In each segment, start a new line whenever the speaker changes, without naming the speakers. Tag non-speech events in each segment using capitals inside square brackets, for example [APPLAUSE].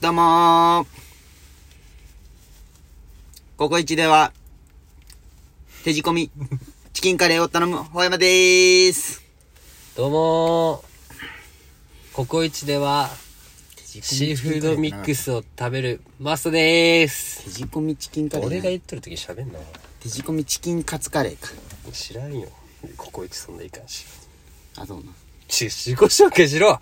どうもー。ココイチでは、手仕込み、チキンカレーを頼む、ほやまでーす。
どうもーココイチではシーフードミックスを食べるマストでーす
手仕込みチキンカレー。
俺が言っとる時喋んな
手仕込みチキンカツカレーか。
知らんよココイチそんないかんし
あ、そうな。
ち自己紹介しろ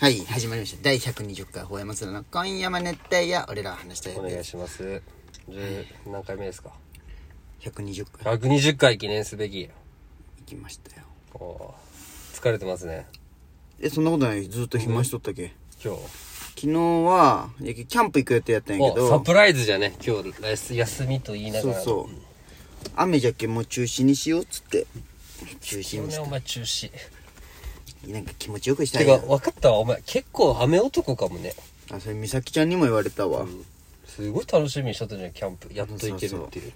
はい、始まりました。第120回、ほやまつらの今夜も熱帯夜、俺らは話したい
お願
で
い
す。
します十何回目ですか
120回、
120回記念すべき
行きましたよ。
おー疲れてますね
え、そんなことないずっと暇しとったっけ
今日
昨日は、いやキャンプ行く予定やったんやけ
おサ
ど、
プライズじゃね今日休休みと言いな
そ
が
う
ら
そう。雨じゃけんもう中止にしようっつって、中止
今
にし
ね
た
お。前中止
なんか気持ちよくした
て
いな
か分かったわお前結構雨男かもね
あそれ美咲ちゃんにも言われたわ、
すごい楽しみにしとったじゃんキャンプやっと行けるっていう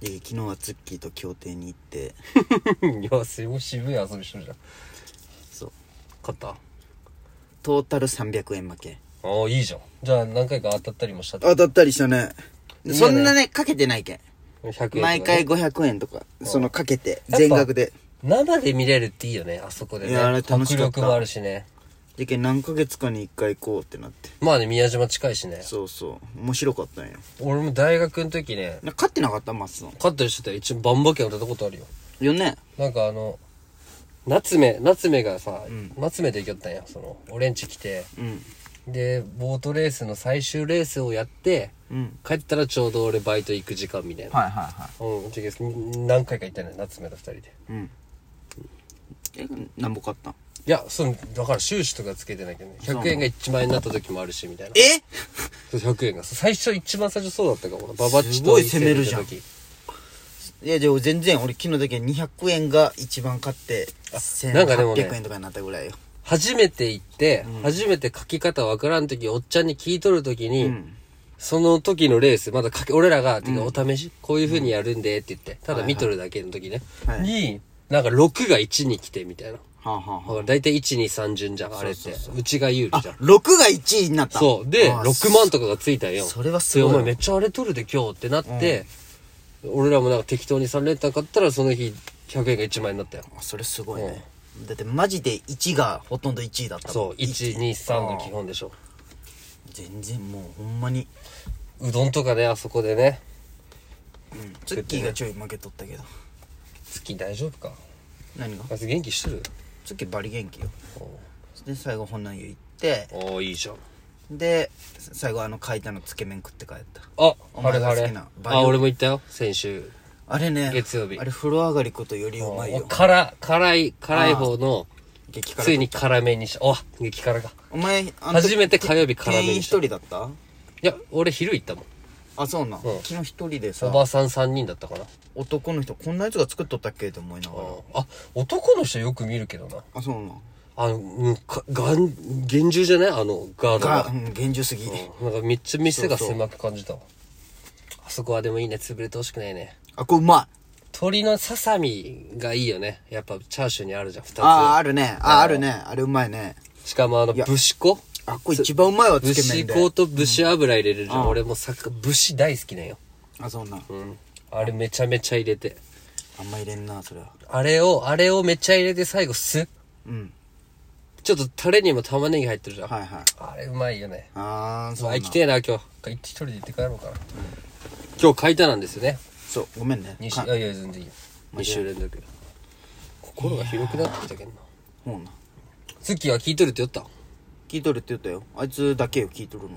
で昨日はツッキーと協定に行って
[LAUGHS] いやすごい渋い遊びしとるじゃん
そう
勝ったあ
トータル300円負け
あいいじゃんじゃあ何回か当たったりもしたって
当たったりしたね
いいね
そんなねかけてないけん
100円とかね
毎回500円とかそのかけて
ぱ
全額で
生で見れるっていいよねあそこでね
いやあれ楽しかった
迫力もあるしね
でけん何ヶ月かに1回行こうってなって
まあね宮島近いしね
そうそう面白かったんよ
俺も大学の時ね
な勝ってなかったマッスン
勝ったりしてたら一応万馬券当たったことあるよ
よね
なんかあの夏目夏目がさ、夏目と行きよったんやその俺んち来て
うん
でボートレースの最終レースをやって、
うん
帰ったらちょうど俺バイト行く時間みたいな
はいはいは
うん、違う何回か行ったね夏目と二人で
いうんえなんぼ買ったん
いやそのだから収支とかつけてないけどね
そうなの
100円が1万円になった時もあるしみたいな
え
そう100円がそう最初一番最初そうだったかもなババッチ
すご
と
い攻めるじゃん
伊勢行っ
いやでも全然俺昨日だけ200円が一番買って
なんかでもね
1800円とかになったぐらいよ、
た時初めて行って、初めて書き方わからん時おっちゃんに聞いとる時に、
うん
その時のレースまだ書き俺らが、てかお試しこういう風にやるんでって言ってただ見とるだけの時ね、
はい
になんか6が1に来てみたいな、
はあ、はあは
だいたい123順じゃんあれってうちが有利じゃん
あ、6が1位になった
そう。で、
あ
6万とかがついたんよ。
それはすごい
でお前めっちゃあれ取るで今日ってなって、俺らもなんか適当に3連単買ったらその日100円が1万円になったよ。
あそれすごいねだってマジで1がほとんど1位だった
そう、1、2、3の基
本
本でしょ。
全然もうほんまに
うどんとかね、あそこでね。
ツッキーがちょい負けとったけど
月大丈夫か
何が
あいつ元気してる
ツッキーバリ元気よ
お
で最後本南湯行って
おーいいじゃん。
で最後あの書いたのつけ麺食って帰った
あ、
お
あれ
前が
あ
好きな
れ。
バイオ
あ、俺も行ったよ、先週。
あれね
月曜日
あれ風呂上がりことよりうまい
お
よ
辛、辛い、辛い方の、
激辛
ついに辛めにし、お激辛か。
お前あ
初めて火曜日辛め
店員
に
一
した。
人だった
いや、俺昼行ったもん。
あそうなん、
うん
昨日一人で
お
さ
ばさん3人だったかな。
男の人こんなやつが作っとったっけって思いながら
あ男の人よく見るけどな
あそうなん
あのうんかがん厳重じゃないあのガード
が、
が
うん、厳重すぎ、
うんなんかめっちゃ店が
そうそう
狭く感じたわあそこはでもいいね潰れてほしくないね
あこれうまい
鶏のささみがいいよねやっぱチャーシューにあるじゃん
ああ
2
あるねああるねあれうまいね
つしかもあの
や
ぶしこ
あこれ一番うまいわつ
ぶ
け
し
麺で
粉とぶし油入れるじゃん、
うん
俺もさぶし大好きなんよ、
あそうなん、
うん、あれめちゃめちゃ入れて
あんま入れんなそれは
あれをあれをめっちゃ入れて最後酢
うん
ちょっとタレにも玉ねぎ入ってるじゃん、
はいはい
あれうまいよね
あーそう
あ
なん
行きてえな今日一人で行って帰ろうかな、今日書いたなんですよね
そうごめんね
2
か
週いやいや全然いいよ2週連続心が広くなってきたけんな
ほうな
ツッキーは聞いとるって言った
聞いとるって言ったよあいつだけよ聞いとるの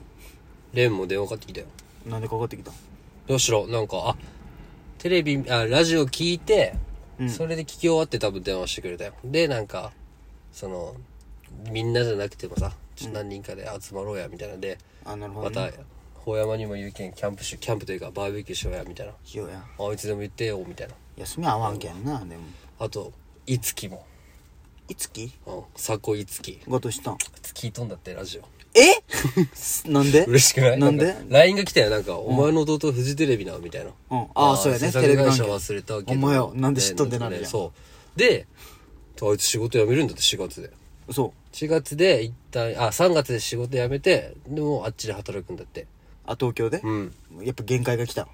レンも電話かかってきたよ
なんでかかってきたん
どうしろなんかあテレビあラジオ聞いて、それで聞き終わって多分電話してくれたよでなんかそのみんなじゃなくてもさちょっと何人かで集まろうやみたいなんで、
あなるほど、
ま
ね、
た法山にも言うけんキャンプしキャンプというかバーベキューしようやみたいな
しようや
あいつでも言ってよみたいな
休み合わんけんなでも
あと、いつきも。
いつき
うん。佐古いつき。
がどうしたん
聞いとんだって、ラジオ。
え [LAUGHS] なんで
嬉しくない
なんで
か ?LINE が来たよ。なんか、お前の弟フジテレビな、みたいな。
うんああそうやね
制
テレ
作
ビ関
会
係
社忘れたけど。
お前よなんで知っとんでなるじゃん
ねそう。で、あいつ仕事辞めるんだって、4月で。
そう。
4月で一旦、あ、3月で仕事辞めて、でもあっちで働くんだって。
あ、東京で、
うん。
やっぱ限界が来た。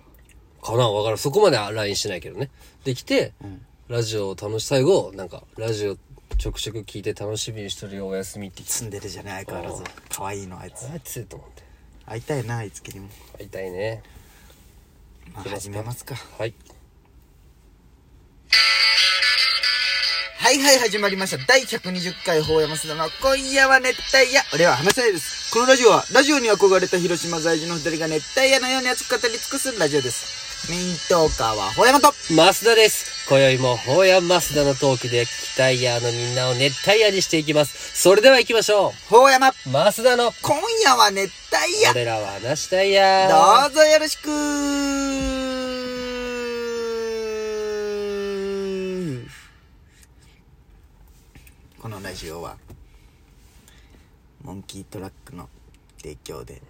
かなわからん。そこまでは LINE してないけどね。できて、ラジオを楽し、最後、なんか、ラジオちょくちょく聞いて楽しみにしてるよ、おやすみって言って
住んでるじゃない、相変わらず。可愛いの、あいつ。
た。あいつと思って。
会いたいな、あいつきにも。
会いたいね。
まあ、
行き
始めますか。
はい。
はいはい、始まりました。第120回、法山須田の今夜は熱帯夜。俺は話せないです。このラジオは、ラジオに憧れた広島在住の二人が熱帯夜のように熱く語り尽くすラジオです。メイントーカーは、法山と、
増田です。今宵も、ほうや増田のトークで、北屋のみんなを熱帯夜にしていきます。それでは行きましょ
法山、
う。増田の、
今夜は熱帯夜。
俺らは話したいや
どうぞよろしくこのラジオはモンキートラックの提供で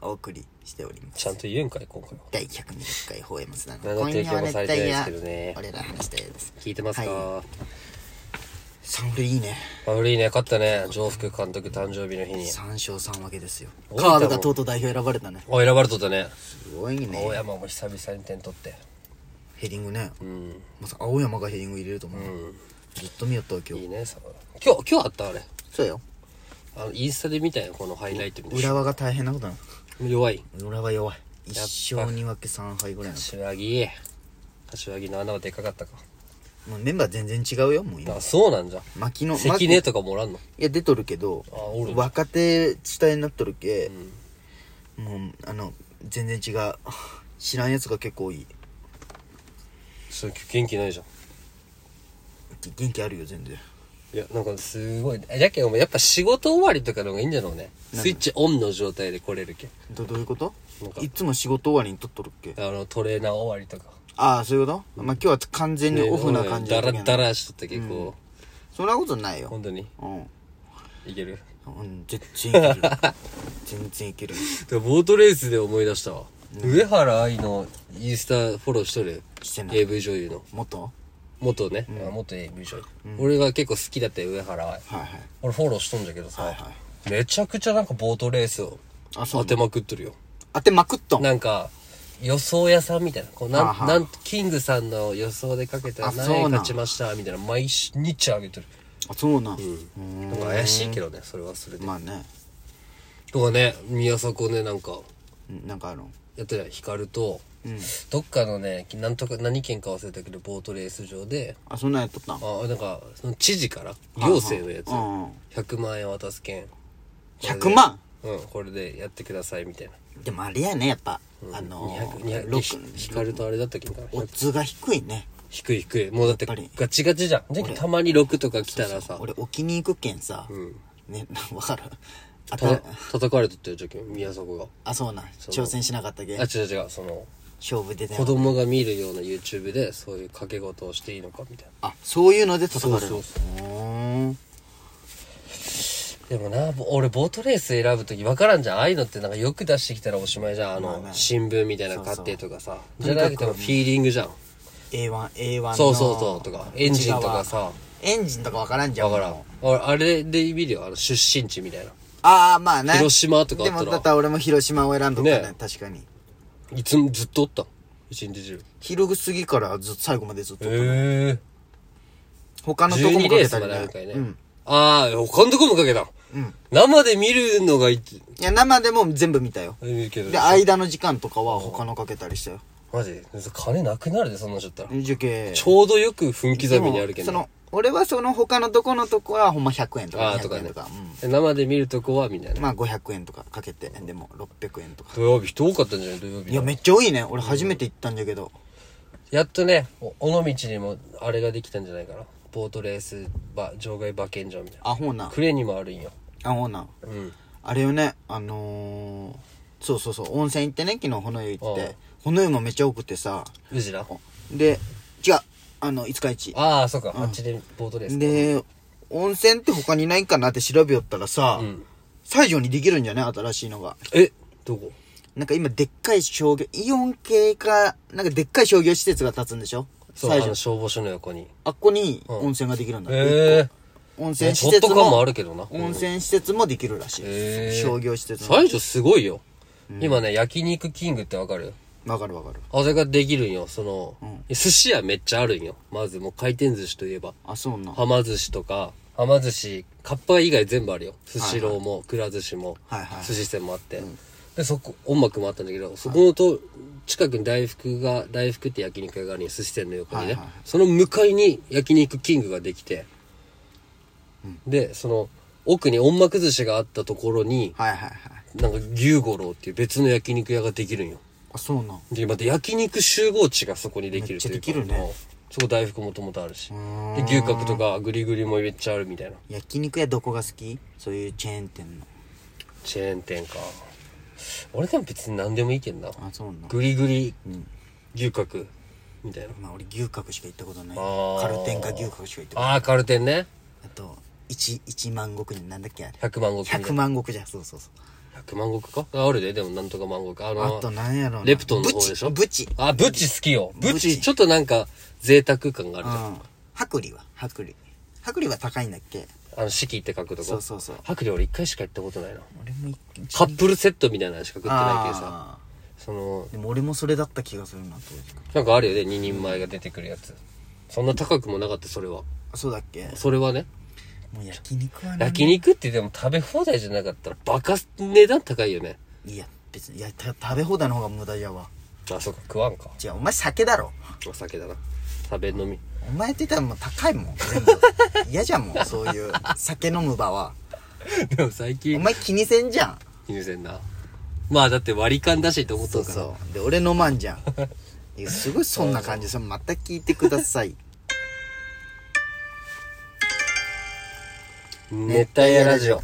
お送りしております
ちゃんと言えんかい、今回は。
第120回放映ますなの
何の提供もされてないですけどね
俺ら話したいです
聞いてますか、
はサンフレいいね
あ悪いね、勝ったね。上福監督誕生日の日に。
3勝3分けですよ
多いかも
カードがとうとう代表選ばれたね
あ、選ばれとったね。
すごい
青
ね
山も久々に点取って。
ヘディングね
うん。
まさか青山がヘディング入れると思うずっと見よったわ今
い
日
いね、さ今日、今日あったあれ。
そうよ
あの、インスタで見たよ、このハイライトみたい
浦和が大変なことな
な。弱い。
の浦和弱い一勝2分け3敗ぐらいな
柏木。柏木の穴はでかかったか。
のもうメンバー全然違うよもう今
あ、そうなんじゃ。
牧野
関根とかもらんの
いや出とるけど
あおる
若手主体になっとるけ、もうあの全然違う知らんやつが結構多い
そう元気ないじゃん。
元気あるよ全然
いや、なんかすごい。えじゃけん、お前やっぱ仕事終わりとかの方がいいんじゃろうね。スイッチオンの状態で来れるけん。
どどういうこと
なんか
いつも仕事終わりに撮っとるっけ
あの、トレーナー終わりとか。
ああそういうこと、まあ今日は完全にオフな感じ
だ
だ
ら
け
だらしとったけど、こ、
そんなことないうよ
本当に。
うん、
いける
うん、全然 [LAUGHS] いける全然いける
でもボートレースで思い出したわ。上原愛のインスタフォローしとる。
してない
AV 女優の。
元
元ね。あ元 AV 女優。俺が結構好きだったよ、上原愛。
はいはい
俺フォローしとんじゃけどさ、
はいはい
めちゃくちゃなんかボートレースを
あそう
当てまくっとるよ。
当てまくっとん
なんか、予想屋さんみたいな。こうなん、
はあはあ
なん、キングさんの予想でかけたら
あそう
何円
なん
勝ちましたみたいな、毎日上げてる。
あそうなん、
なんか怪しいけどね、それはそれで。
まあね
とかね、宮迫ね、なんか、
うんなんかあるん
やってたよ光と、どっかのね、なんとか、何県か忘れたけど、ボートレース場で、
あそんなんやっとったん
あ、なんか、その知事から、行政のやつ、
うんうん
100万円渡す券。
100万
うん、これでやってください、みたいな。
でもあれやねやっぱ、あの
200、
ー、
200、ひ
6
光とあれだったっけかな
オッズが低いね
低い低い。もうだって
やっぱり
ガチガチじゃん。で、たまに6とか来たらさ、
俺置きに行くけんさ、ね [LAUGHS] わかるあ
た
た
叩かれとったよ、じゃけん宮迫が。
あそうなん挑戦しなかったけん
あ、違う違う、その、
勝負出てな
子
い
供が見るような YouTube で、そういう掛け事をしていいのか、みたいな。
あそういうので戦われる
そうそう
ーん
でもな、ぼ俺、ボートレース選ぶとき分からんじゃん。ああいうのってなんかよく出してきたらおしまいじゃん。あ
まあ
の
ね、
新聞みたいなの買ってとかさ。じゃなくてもフィーリングじゃん。
A1A1 の
そうそうそうとかエンジンとかさ
エンジンとかわからんじゃん
分からん。俺、あれで見るよ。あの、出身地みたいな。
ああまあね
広島とかあ
で
ったら
もだったら俺も広島を選んどったね
ね
確かに
いつもずっとおったの一日中。
昼過ぎからずっと最後までずっと、
ええ。
他のとこもか
12レー
け
ス
た
ま
り
である
ね
かいね。
うん、
ああ、他のとこもかけたの。生で見るのがいい
いや生でも全部見たよ
いいけど。
で間の時間とかは他のかけたりしたよ
マジ金なくなるで、そんなんしちゃったら。
受験
ちょうどよく分刻みにあるけ
そ
ど、ね。
の俺はその他のどこのとこはほんま100円と
あ
か
あ、
200
とか
円
ね
とか、。
で生で見るとこは、みた
う
い
ん、
な。
まあ500円とかかけてでも600円とか
土曜日人多かったんじゃない土曜日。
いやめっちゃ多いね俺初めて行ったんだけど、
やっとね、お尾道にもあれができたんじゃないかな。ボートレース、ば、場外馬券場みたいな。
アホな
クレにもあるんよ。
アホな
うん。
あれよねあのー、そうそうそう温泉行ってね昨日ほの湯行っ
ああ
てほの湯もめっちゃ多くてさ
宇治な。
で違うあの五日市
ああ、そうか。あっちでボートレース。
で温泉って他にないんかなって調べよったらさ、
うん
西条にできるんじゃね新しいのが
えどこ
なんか今でっかい商業イオン系かなんかでっかい商業施設が建つんでしょ
そう、あ
西条
の消防署の横に。
あっこに温泉ができるんだ、
ええ
温
ホ
泉施
ッ
設
ト感もあ
も
るけどな。
温泉施設もできるらしい
へ
で
ー
す商業施設も
西条すごいよ。今ね、焼肉キングってわかる
わかるわかる
あれができるんよ。その、寿司屋めっちゃあるんよ。まずもう回転寿司といえば。
あそうなんは
はま寿司とか、はま寿司、かっぱ以外全部あるよ。スシローも、くら寿司も、
いはい
寿司店もあって。で、そこ、音楽もあったんだけど、そこのと、近くに大福が、大福って焼肉屋があるんよ寿司店の横にね。
はいはい
その向かいに焼肉キングができて、で、その、奥に音楽寿司があったところに、
はいはいはい
なんか牛五郎っていう別の焼肉屋ができるんよ。
あそうなん
で、また焼肉集合地がそこにできるという
めっちゃできるね
もうそこ大福もともとあるし。
ー
で、牛角とかグリグリもめっちゃあるみたいな。
焼肉屋どこが好きそういうチェーン店の
チェーン店か。俺でも別に何でもいいけんな。
あそうなん
グリグリ、牛角、みたいな。
まあ俺牛角しか行ったことない
あー
カルテンか牛角しか行ったことない
あー、カルテンね。
あと一一万石になんだっけあれ
100万石み
100
たいな。
万石じゃんそうそうそう
100万石かああるで、でもなんとか万石。あのー
あとなんやろうな
レプトンの方でしょ
ブチブチ
あ、ブチ好きよ。ブ
ブ
チ、
チ
ちょっとなんか贅沢感がある
う
じゃん。
ん薄利は薄利薄利は高いんだっけ
あの、四季って書くとこ。
そうそうそう
白龍俺一回しか行ったことないな。
俺も一回
カップルセットみたいなのしか食ってないけどさ。
あ
その
ー、でも俺もそれだった気がするな当時
なんかあるよね、二人前が出てくるやつ。そんな高くもなかった、それは。
あそうだっけ
それはね。
もう焼肉はね
焼肉ってでも食べ放題じゃなかったらバカ値段高いよね。
いや別にいやた食べ放題の方が無駄やわ
あ、そうか、食わんか。
違うお前酒だろ
お酒だな。食べ飲み。 [LAUGHS]
お前って言ったらもう高い [LAUGHS] もん全部嫌じゃんもうそういう酒飲む場は
でも最
お
近、
前気にせんじゃん
気にせんな。まあだって割り勘だしと思った
そ
の
う
から。
そうで俺飲まんじゃんいやすごいそんな感じさまた聞いてください
熱帯夜ラジオ。